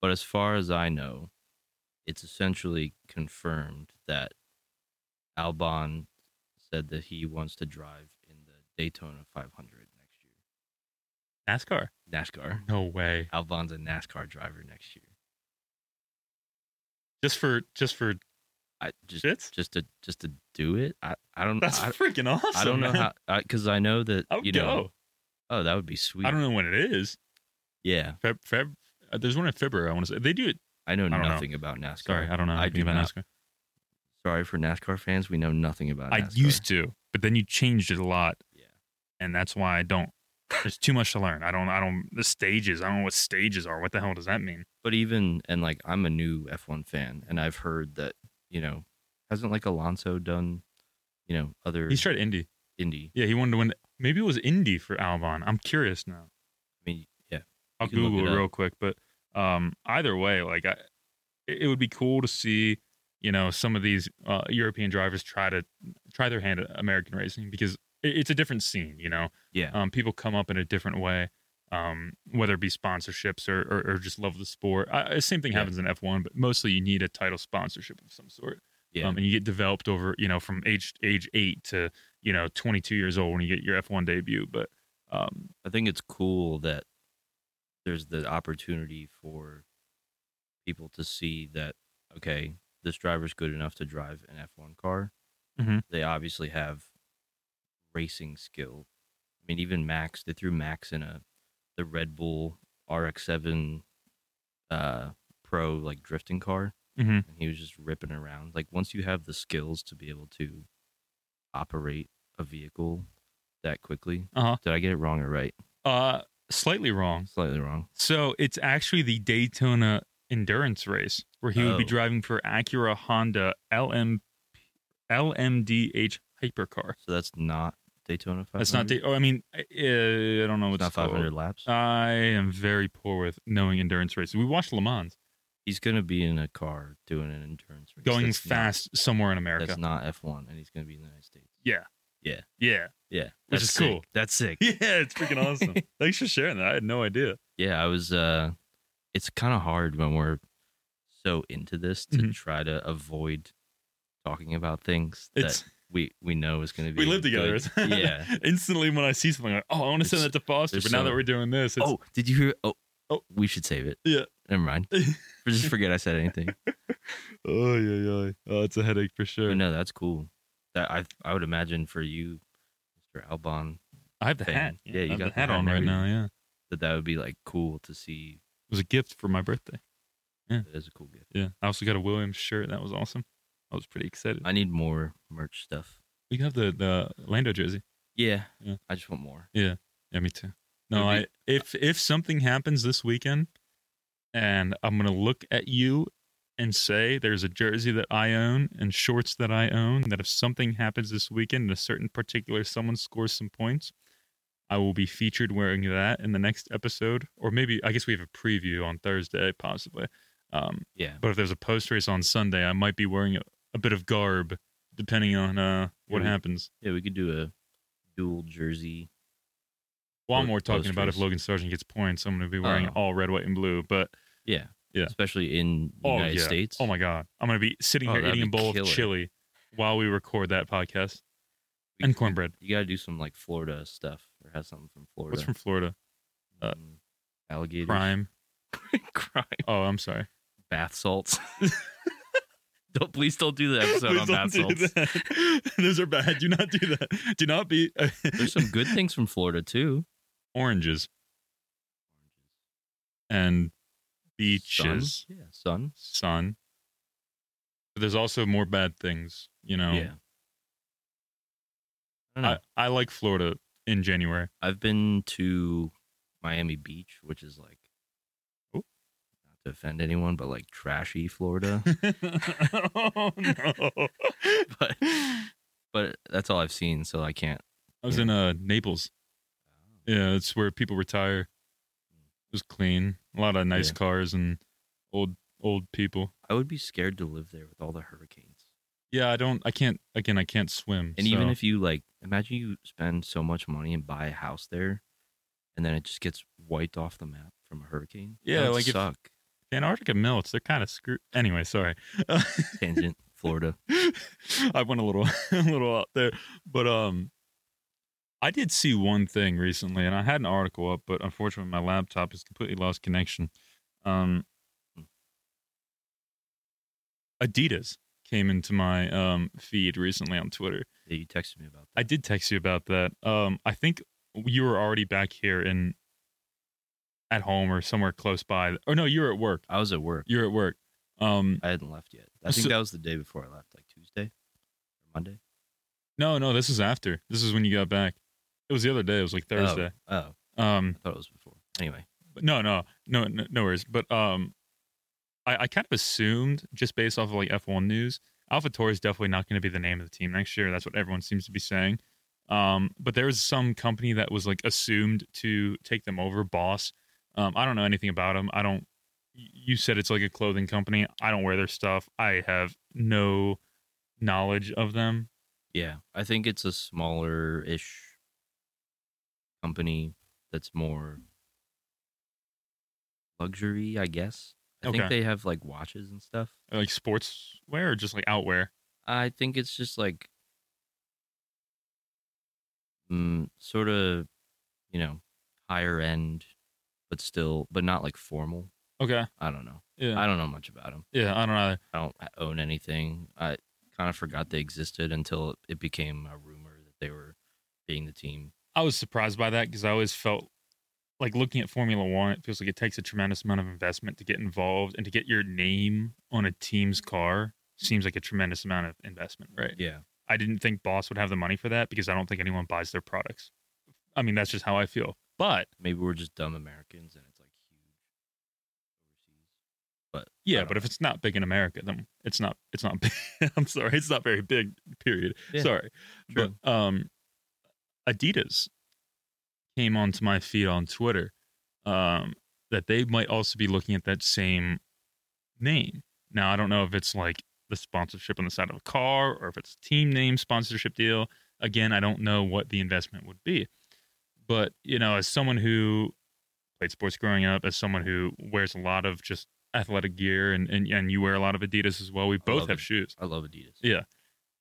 B: But as far as I know, it's essentially confirmed that Albon said that he wants to drive in the Daytona 500 next year.
A: NASCAR.
B: NASCAR.
A: No way.
B: Albon's a NASCAR driver next year.
A: Just for just for
B: I just
A: Shits?
B: just to just to do it. I I don't
A: that's
B: I,
A: freaking awesome.
B: I don't know
A: man.
B: how how because I, know that
A: I would
B: you
A: go.
B: know. Oh, that would be sweet.
A: I don't know when it is.
B: Yeah,
A: Feb, Feb, uh, there's one in February. I want to say they do it.
B: I know
A: don't know.
B: nothing about NASCAR.
A: Sorry, I don't know.
B: I
A: anything
B: do
A: about
B: not.
A: NASCAR.
B: Sorry for NASCAR fans. We know nothing about.
A: I
B: NASCAR.
A: used to, but then you changed it a lot,
B: Yeah.
A: and that's why I don't. There's too much to learn. I don't. I don't. The stages. I don't know what stages are. What the hell does that mean?
B: But even and like I'm a new F1 fan, and I've heard that you know hasn't like Alonso done you know other
A: He's tried Indy.
B: Indy.
A: Yeah, he wanted to win. Maybe it was Indy for Albon. I'm curious now.
B: I mean, yeah,
A: I'll
B: You can look
A: Google
B: it
A: it
B: up.
A: real quick, but um, either way, like I, it it would be cool to see, you know, some of these uh, European drivers try to try their hand at American racing because it, it's a different scene. You know,
B: yeah,
A: um, people come up in a different way, um, whether it be sponsorships or, or, or just love the sport. I, I- same thing
B: Yeah.
A: happens in F1, but mostly you need a title sponsorship of some sort.
B: Yeah.
A: Um, and you get developed over, you know, from age age eight to, you know, 22 years old when you get your F1 debut. But um,
B: I think it's cool that there's the opportunity for people to see that okay, this driver's good enough to drive an F1 car.
A: Mhm.
B: They obviously have racing skill. I mean, even Max, they threw Max in a the Red Bull RX-7 uh, Pro like drifting car,
A: Mhm.
B: and he was just ripping around. Like once you have the skills to be able to operate a vehicle that quickly,
A: Uh-huh.
B: did I get it wrong or right?
A: uh, slightly wrong.
B: Slightly wrong.
A: So it's actually the Daytona endurance race where he would be
B: Oh.
A: driving for Acura Honda LM, LMDH hypercar.
B: So that's not Daytona 500.
A: That's not. Da- oh, I mean, I, I don't know
B: It's
A: what's
B: not 500 laps.
A: I am very poor with knowing endurance races. We watched Le Mans
B: he's going to be in a car doing an endurance race.
A: going
B: That's not-
A: fast somewhere in
B: that's
A: America.
B: not F1, and he's going to be in the United States.
A: Yeah.
B: Yeah.
A: Yeah.
B: Yeah.
A: Which
B: that's
A: is
B: sick.
A: cool.
B: That's sick.
A: [laughs] Yeah. It's freaking
B: [laughs]
A: awesome. Thanks for sharing that. I had no idea.
B: yeah, I was, uh, it's kind of hard when we're so into this to
A: Mhm.
B: try to avoid talking about things that
A: It's
B: we, we know is going to be.
A: we live together. [laughs]
B: good. yeah.
A: Instantly, when I see something, like, oh, I want to send
B: It's-
A: that to Foster.
B: there's
A: But now that
B: so-
A: we're doing this, it's,
B: Oh, did you hear? Oh,
A: Oh.
B: we should save it.
A: Yeah.
B: Never mind.
A: [laughs]
B: Just forget I said anything.
A: Oh yeah, yeah. Oh, it's a headache for sure.
B: But no, that's cool. That I I would imagine for you, Mr. Albon,
A: I have the
B: thing.
A: hat.
B: Yeah, you
A: I have
B: got
A: the
B: the
A: hat
B: hat
A: on
B: and
A: right now. Yeah.
B: that that would be like cool to see
A: was a gift for my birthday.
B: That is a cool gift.
A: Yeah. I also got a Williams shirt. That was awesome. I was pretty excited.
B: I need more merch stuff.
A: We can have the, the Lando jersey.
B: Yeah.
A: Yeah.
B: I just want more.
A: Yeah, me too. No, I
B: Maybe-
A: if if something happens this weekend and I'm gonna look at you and say there's a jersey that I own and shorts that I own that if something happens this weekend and a certain particular someone scores some points, I will be featured wearing that in the next episode. Or maybe I guess we have a preview on Thursday, possibly. Um,
B: Yeah.
A: but if there's a post race on Sunday, I might be wearing a, a bit of garb depending on uh, what
B: Mhm.
A: happens.
B: Yeah, we could do a dual jersey.
A: While
B: Or
A: we're talking about if
B: posters.
A: Logan Sargent gets points, I'm going to be wearing
B: Oh.
A: all red, white, and blue. But
B: Yeah.
A: Yeah.
B: Especially in the
A: Oh,
B: United
A: yeah.
B: States.
A: oh my god, I'm going to be sitting
B: Oh,
A: here
B: that'd
A: eating a
B: be
A: bowl
B: killer.
A: of chili while we record that podcast
B: We-
A: and cornbread.
B: You got to do some like Florida stuff or have something from Florida.
A: What's from Florida? uh,
B: Mm, alligators?
A: Crime.
B: [laughs] Crime.
A: Oh, I'm sorry. [laughs]
B: Bath salts. don't please don't do the [laughs] episode
A: Please
B: on
A: don't
B: bath
A: do
B: salts.
A: that. [laughs] Those are bad. Do not do that. Do not be uh,
B: There's some good things from Florida too.
A: oranges and beaches,
B: Sun. Yeah, sun.
A: sun. But there's also more bad things. You know,
B: Yeah. I don't know.
A: I, I like Florida in January.
B: I've been to Miami Beach, which is like
A: Oh.
B: not to offend anyone, but like trashy
A: [laughs]
B: Florida. [laughs]
A: oh no!
B: but but that's all I've seen, so I can't.
A: I was in uh, Naples. Yeah, it's where people retire. It was clean. A lot of nice
B: Yeah.
A: cars and old old people.
B: I would be scared to live there with all the hurricanes.
A: Yeah, I don't. I can't. Again, I can't swim.
B: And even
A: so-
B: if you like, imagine you spend so much money and buy a house there, and then it just gets wiped off the map from a hurricane. That
A: Yeah,
B: would
A: like if-
B: suck.
A: Antarctica melts, they're kind of screwed. Anyway, sorry. [laughs]
B: Tangent, Florida.
A: I went a little [laughs] a little out there, but um, I did see one thing recently, and I had an article up, but unfortunately, my laptop has completely lost connection. Um, Adidas came into my um feed recently on Twitter.
B: Yeah, you texted me about that.
A: I did text you about that. Um, I think you were already back here in at home or somewhere close by. Or no, you were at work.
B: I was at work.
A: You're at work. Um,
B: I hadn't left yet. I think
A: So-
B: that was the day before I left, like Tuesday or Monday.
A: no, no, this is after. This is when you got back. It was the other day. It was like Thursday.
B: Oh, oh,
A: Um,
B: I thought it was before. Anyway,
A: but no, no, no, no, no worries. But um, I, I kind of assumed just based off of like F1 news, Alpha is definitely not going to be the name of the team next year. That's what everyone seems to be saying. Um, but there was some company that was like assumed to take them over, Boss. Um, I don't know anything about them. I don't. You said it's like a clothing company. I don't wear their stuff. I have no knowledge of them.
B: yeah, I think it's a smaller ish company that's more luxury, I guess. I
A: Okay.
B: think they have like watches and stuff.
A: Like sportswear or just like outwear.
B: I think it's just like mm, sort of, you know, higher end, but still, but not like formal.
A: Okay.
B: I don't know.
A: Yeah.
B: I don't know much about them.
A: yeah. I don't know. either.
B: I don't own anything. I kind of forgot they existed until it became a rumor that they were being the team.
A: I was surprised by that because I always felt like looking at Formula One, it feels like it takes a tremendous amount of investment to get involved and to get your name on a team's car seems like a tremendous amount of investment, right?
B: Yeah.
A: I didn't think Boss would have the money for that because I don't think anyone buys their products. I mean, that's just how I feel. But
B: Maybe we're just dumb Americans and it's like huge
A: yeah,
B: don't
A: but if
B: know.
A: it's not big in America, then it's not it's not [laughs] big. I'm sorry, it's not very big, period.
B: Yeah.
A: Sorry.
B: overseas.
A: But, um, Adidas came onto my feed on Twitter um, that they might also be looking at that same name. Now, I don't know if it's like the sponsorship on the side of a car or if it's a team name sponsorship deal. Again, I don't know what the investment would be. But, you know, as someone who played sports growing up, as someone who wears a lot of just athletic gear and, and, and you wear a lot of Adidas as well, we both
B: love
A: have
B: it.
A: shoes
B: I love Adidas.
A: Yeah.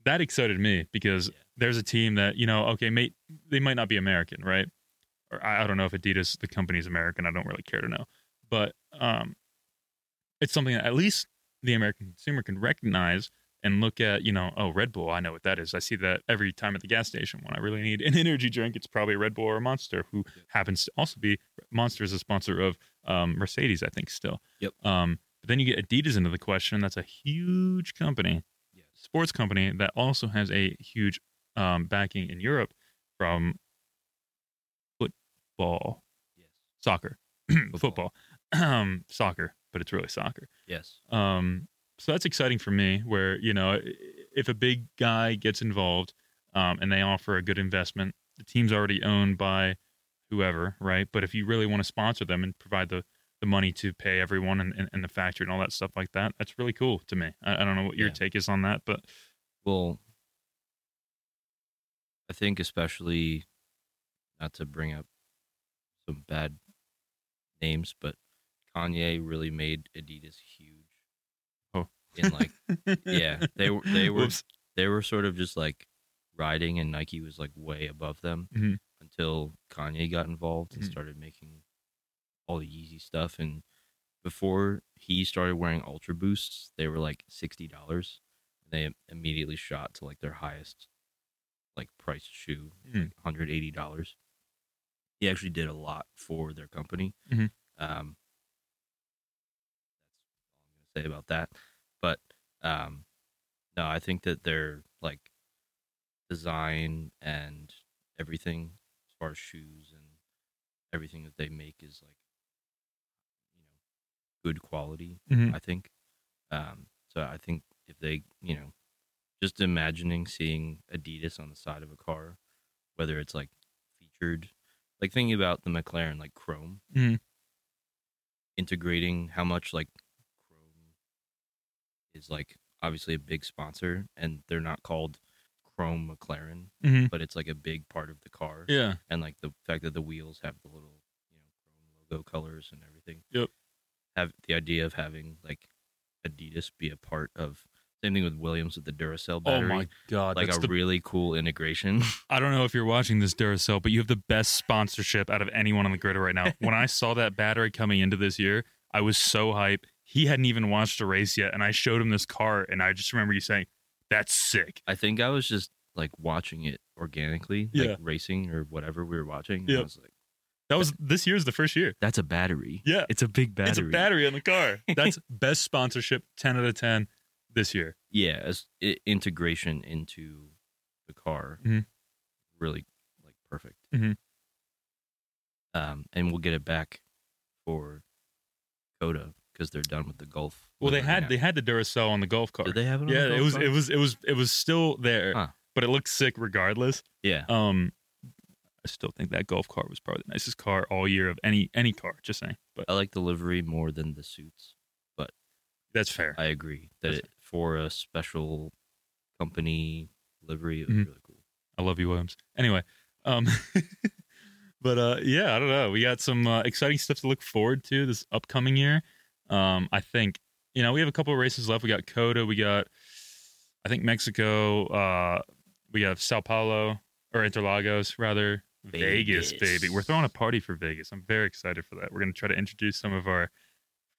A: that excited me because
B: Yeah.
A: there's a team that you know okay mate they might not be american right or i, I don't know if adidas the company's american i don't really care to know but um it's something that at least the american consumer can recognize and look at, you know, oh, Red Bull, I know what that is. I see that every time at the gas station when I really need an [laughs] energy drink, it's probably a Red Bull or a Monster, who happens to also be Monster is a sponsor of um, Mercedes, I think, still.
B: Yep.
A: Um, but then you get Adidas into the question. That's a huge company,
B: Yes.
A: sports company that also has a huge um, backing in Europe from football,
B: Yes.
A: soccer, [clears throat] football,
B: Football.
A: um, [clears throat] soccer, but it's really soccer.
B: Yes.
A: Um, so that's exciting for me, where you know, i- if a big guy gets involved um, and they offer a good investment, the team's already owned by whoever, right? But if you really want to sponsor them and provide the the money to pay everyone and, and, and the factory and all that stuff like that, that's really cool to me. I, I don't know what your
B: Yeah.
A: take is on that, but
B: Well, I think especially not to bring up some bad names, but Kanye really made Adidas huge.
A: Oh.
B: in like yeah, they were
A: [laughs]
B: [laughs] they were
A: Whoops.
B: they were sort of just like riding, and Nike was like way above them
A: Mhm.
B: until Kanye got involved and
A: Mhm.
B: started making all the Yeezy stuff. And before he started wearing Ultra Boosts, they were like sixty dollars. They immediately shot to like their highest like priced shoe,
A: Mhm.
B: one hundred eighty dollars. He actually did a lot for their company.
A: Mhm.
B: Um, that's all I'm gonna say about that. But um, no, I think that their like design and everything as far as shoes and everything that they make is like you know good quality.
A: Mhm.
B: I think. Um, so I think if they you know just imagining seeing Adidas on the side of a car, whether it's like featured, like thinking about the McLaren like Chrome,
A: Mhm.
B: integrating how much like Chrome is like obviously a big sponsor, and they're not called Chrome McLaren,
A: Mhm.
B: but it's like a big part of the car,
A: yeah,
B: and like the fact that the wheels have the little you know Chrome logo colors and everything.
A: Yep.
B: Have the idea of having like Adidas be a part of same thing with Williams with the Duracell
A: oh
B: battery
A: my god,
B: like
A: that's
B: a
A: the
B: really cool integration. [laughs]
A: I don't know if you're watching this, Duracell, but you have the best sponsorship out of anyone on the grid right
B: [laughs]
A: now. when I saw that battery coming into this year, I was so hype. He hadn't even watched a race yet, and I showed him this car, and I just remember you saying, "That's sick."
B: I think I was just like watching it organically,
A: Yeah.
B: like racing or whatever we were watching. and
A: Yep.
B: I was like,
A: That
B: [laughs]
A: was this year's the first year.
B: that's a battery.
A: Yeah.
B: It's a big battery.
A: It's a battery on the
B: [laughs]
A: car. That's best sponsorship, ten out of ten this year.
B: Yeah. As i integration into the car.
A: Mhm.
B: Really like perfect.
A: Mhm.
B: Um, and we'll get it back for Coda because they're done with the Gulf.
A: Well, they
B: livery
A: had
B: now.
A: they had the Duracell on the golf cart.
B: Did they have it? On
A: yeah,
B: the
A: it
B: Golf
A: was
B: car?
A: it was it was it was still there,
B: Huh.
A: but it looked sick regardless.
B: Yeah.
A: Um, I still think that golf cart was probably the nicest car all year of any any car. Just saying, but
B: I like the livery more than the suits.
A: that's fair.
B: I agree that
A: That's
B: it, for a special company livery, it was
A: Mhm.
B: really cool.
A: I love you, Williams. Anyway, um, [laughs] but uh, yeah, I don't know. We got some uh, exciting stuff to look forward to this upcoming year. Um, I think you know we have a couple of races left. We got Coda. We got I think Mexico. Uh, we have Sao Paulo or Interlagos rather. Vegas,
B: Vegas.
A: baby. We're throwing a party for Vegas. I'm very excited for that. We're gonna try to introduce some of our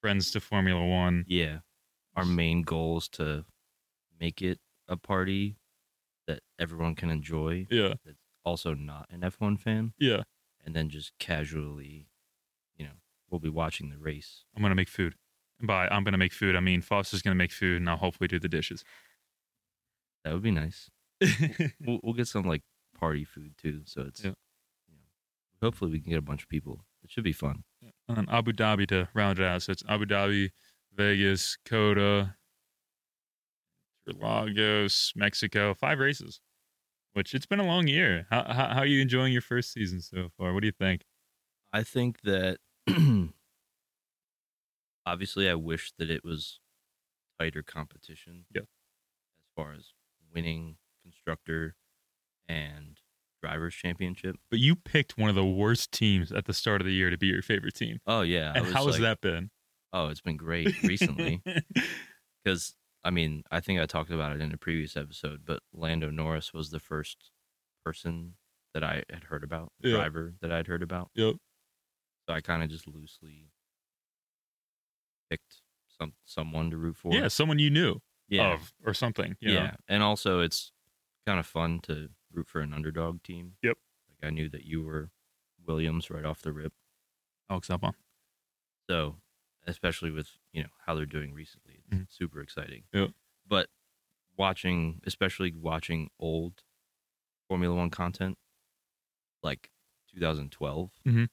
A: friends to Formula One.
B: Yeah, our main goal is to make it a party that everyone can enjoy.
A: Yeah,
B: That's also not an F1 fan,
A: yeah.
B: and then just casually, you know, we'll be watching the race.
A: I'm gonna make food. And by I'm gonna make food, I mean Foster's gonna make food, and I'll hopefully do the dishes.
B: That would be [laughs] nice. We'll, we'll get some like party food too. So it's,
A: Yeah.
B: you know, hopefully we can get a bunch of people. It should be fun.
A: and then Abu Dhabi to round it out. So it's Abu Dhabi, Vegas, Coda, Lagos, Mexico. Five races, which it's been a long year. How, how, how are you enjoying your first season so far? What do you think?
B: I think that [clears throat] obviously I wish that it was tighter competition.
A: Yeah.
B: As far as winning constructor and drivers championship.
A: But you picked one of the worst teams at the start of the year to be your favorite team.
B: Oh yeah. I
A: And
B: was
A: how has
B: like,
A: that been?
B: Oh, it's been great [laughs] recently because I mean I think I talked about it in a previous episode, but Lando Norris was the first person that I had heard about,
A: Yeah.
B: driver that I'd heard about.
A: [laughs] yep.
B: So I kind of just loosely picked some someone to root for.
A: Yeah, someone you knew.
B: Yeah.
A: of or something. you know?
B: yeah. And also, it's kind of fun to root for an underdog team.
A: Yep.
B: Like I knew that you were Williams right off the rip.
A: I'll accept one.
B: So, especially with you know how they're doing recently, it's
A: Mhm.
B: super exciting.
A: Yep.
B: But watching, especially watching old Formula One content, like 2012,
A: Mhm.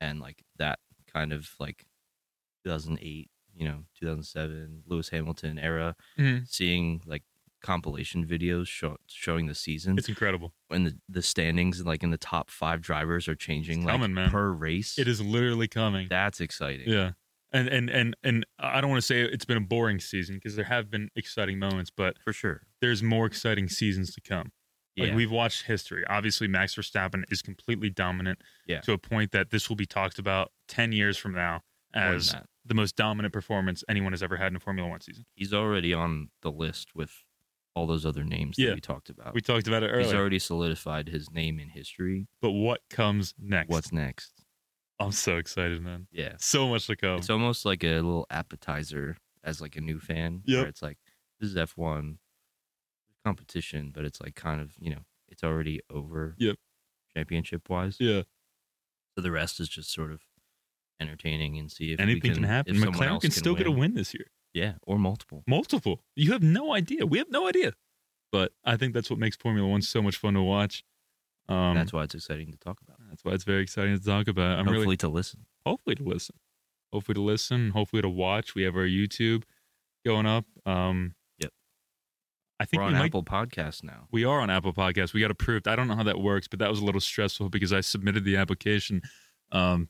B: and like that kind of like 2008, you know, 2007 Lewis Hamilton era,
A: Mhm.
B: seeing like compilation videos show, showing the season
A: It's incredible.
B: and the, the standings like in the top five drivers are changing
A: It's
B: like
A: coming, man.
B: per race
A: It is literally coming.
B: that's exciting
A: Yeah. And and and and I don't want to say it's been a boring season because there have been exciting moments, but
B: for sure
A: there's more exciting seasons to come.
B: yeah
A: Like we've watched history. Obviously, Max Verstappen is completely dominant
B: Yeah.
A: to a point that this will be talked about ten years from now
B: more than
A: as
B: that.
A: the most dominant performance anyone has ever had in a Formula One season.
B: he's already on the list with all those other names
A: Yeah.
B: that we talked about
A: We talked about it
B: he's
A: earlier.
B: already solidified his name in history
A: but what comes next?
B: what's next
A: I'm so excited, man.
B: yeah
A: So much to come.
B: it's almost like a little appetizer as like a new fan
A: Yep.
B: where it's like this is f1 competition but it's like kind of you know it's already over
A: Yep.
B: championship wise
A: yeah.
B: so the rest is just sort of entertaining and see if we
A: Anything can, happen.
B: if someone
A: McLaren
B: else
A: can still get a
B: win.
A: win this year.
B: yeah or multiple
A: multiple. You have no idea. We have no idea. But I think that's what makes Formula One so much fun to watch. Um,
B: that's why it's exciting to talk about
A: that's why it's very exciting to talk about. I'm
B: hopefully
A: really
B: to listen
A: hopefully to listen, hopefully to listen, hopefully to watch. We have our YouTube going up. Um,
B: Yep.
A: I think
B: we're
A: we
B: on
A: might.
B: apple Podcasts now
A: We are on Apple Podcasts. We got approved. I don't know how that works, but that was a little stressful because I submitted the application. Um,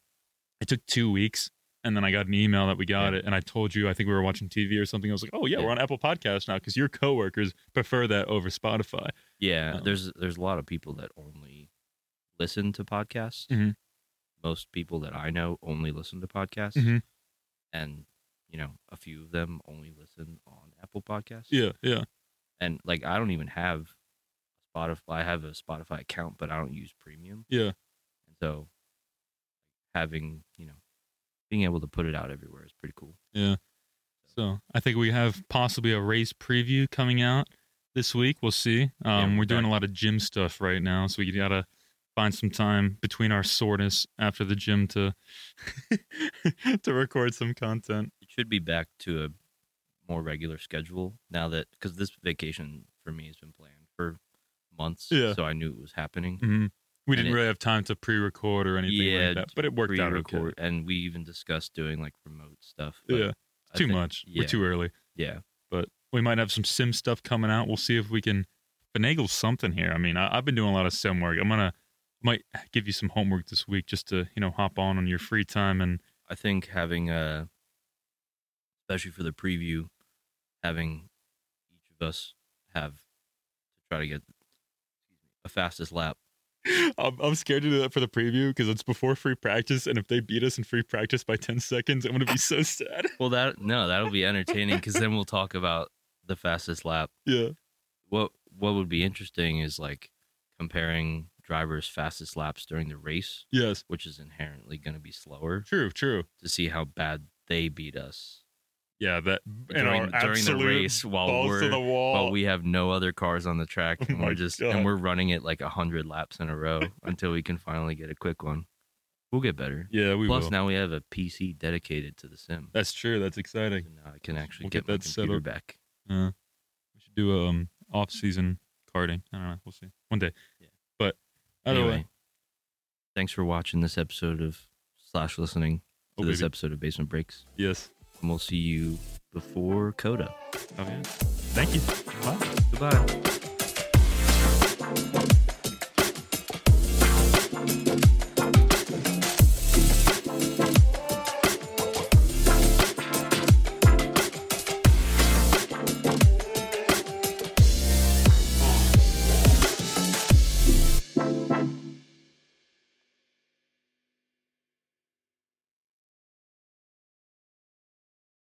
A: it took two weeks, and then I got an email that we got
B: Yeah.
A: it. And I told you, I think we were watching TV or something. I was like, "Oh yeah,
B: Yeah.
A: we're on Apple Podcasts now," because your coworkers prefer that over Spotify.
B: Yeah,
A: Um,
B: there's there's a lot of people that only listen to podcasts.
A: Mhm.
B: Most people that I know only listen to podcasts,
A: Mhm.
B: and you know, a few of them only listen on Apple Podcasts.
A: Yeah, yeah.
B: and like I don't even have Spotify. I have a Spotify account, but I don't use Premium.
A: Yeah.
B: and so having you know being able to put it out everywhere is pretty cool.
A: So I think we have possibly a race preview coming out this week. We'll see. Um,
B: Yeah,
A: we're doing
B: that-
A: a lot of gym stuff right now, so we gotta find some time between our soreness after the gym to [laughs] to record some content.
B: it should be back to a more regular schedule now that because this vacation for me has been planned for months
A: Yeah.
B: so i knew it was happening
A: hmm We
B: And
A: didn't
B: it-
A: really have time to pre-record or anything
B: Yeah,
A: like that, but it worked out. Okay.
B: Pre-record, and we even discussed doing like remote stuff but
A: Yeah,
B: I
A: too
B: think-
A: much.
B: yeah.
A: We're too early.
B: yeah
A: We might have some sim stuff coming out. We'll see if we can finagle something here. I mean, I, I've been doing a lot of sim work. I'm gonna might give you some homework this week just to you know hop on on your free time and [laughs]
B: i think having uh especially for the preview having each of us have to try to get a fastest lap
A: I'm, I'm scared to do that for the preview because it's before free practice, and if they beat us in free practice by 10 seconds, I'm gonna be so [laughs] sad.
B: well that no that'll be entertaining because then we'll talk about the fastest lap
A: yeah,
B: what what would be interesting is like comparing drivers' fastest laps during the race,
A: yes,
B: which is inherently going to be slower,
A: true, true.
B: to see how bad they beat us
A: Yeah, that and our
B: during, during the
A: absolute
B: race while
A: balls to
B: we're
A: the wall.
B: while we have no other cars on the track
A: [laughs] Oh
B: and
A: my
B: we're just
A: God.
B: and we're running it like hundred laps in
A: [laughs]
B: a row until we can finally get a quick one. We'll get better.
A: yeah, we
B: Plus,
A: will.
B: now we have a PC dedicated to the sim.
A: That's true. That's exciting.
B: So now I can actually
A: We'll
B: get,
A: get
B: my
A: that set
B: computer
A: up.
B: back.
A: Uh, we should do um off season karting. I don't know. We'll see one day.
B: Yeah.
A: But either way,
B: Anyway, thanks for watching this episode of slash listening.
A: oh,
B: to this
A: baby.
B: episode of Basement Breaks.
A: yes.
B: And we'll see you before Coda.
A: Oh, yeah. Thank you. Bye.
B: Goodbye.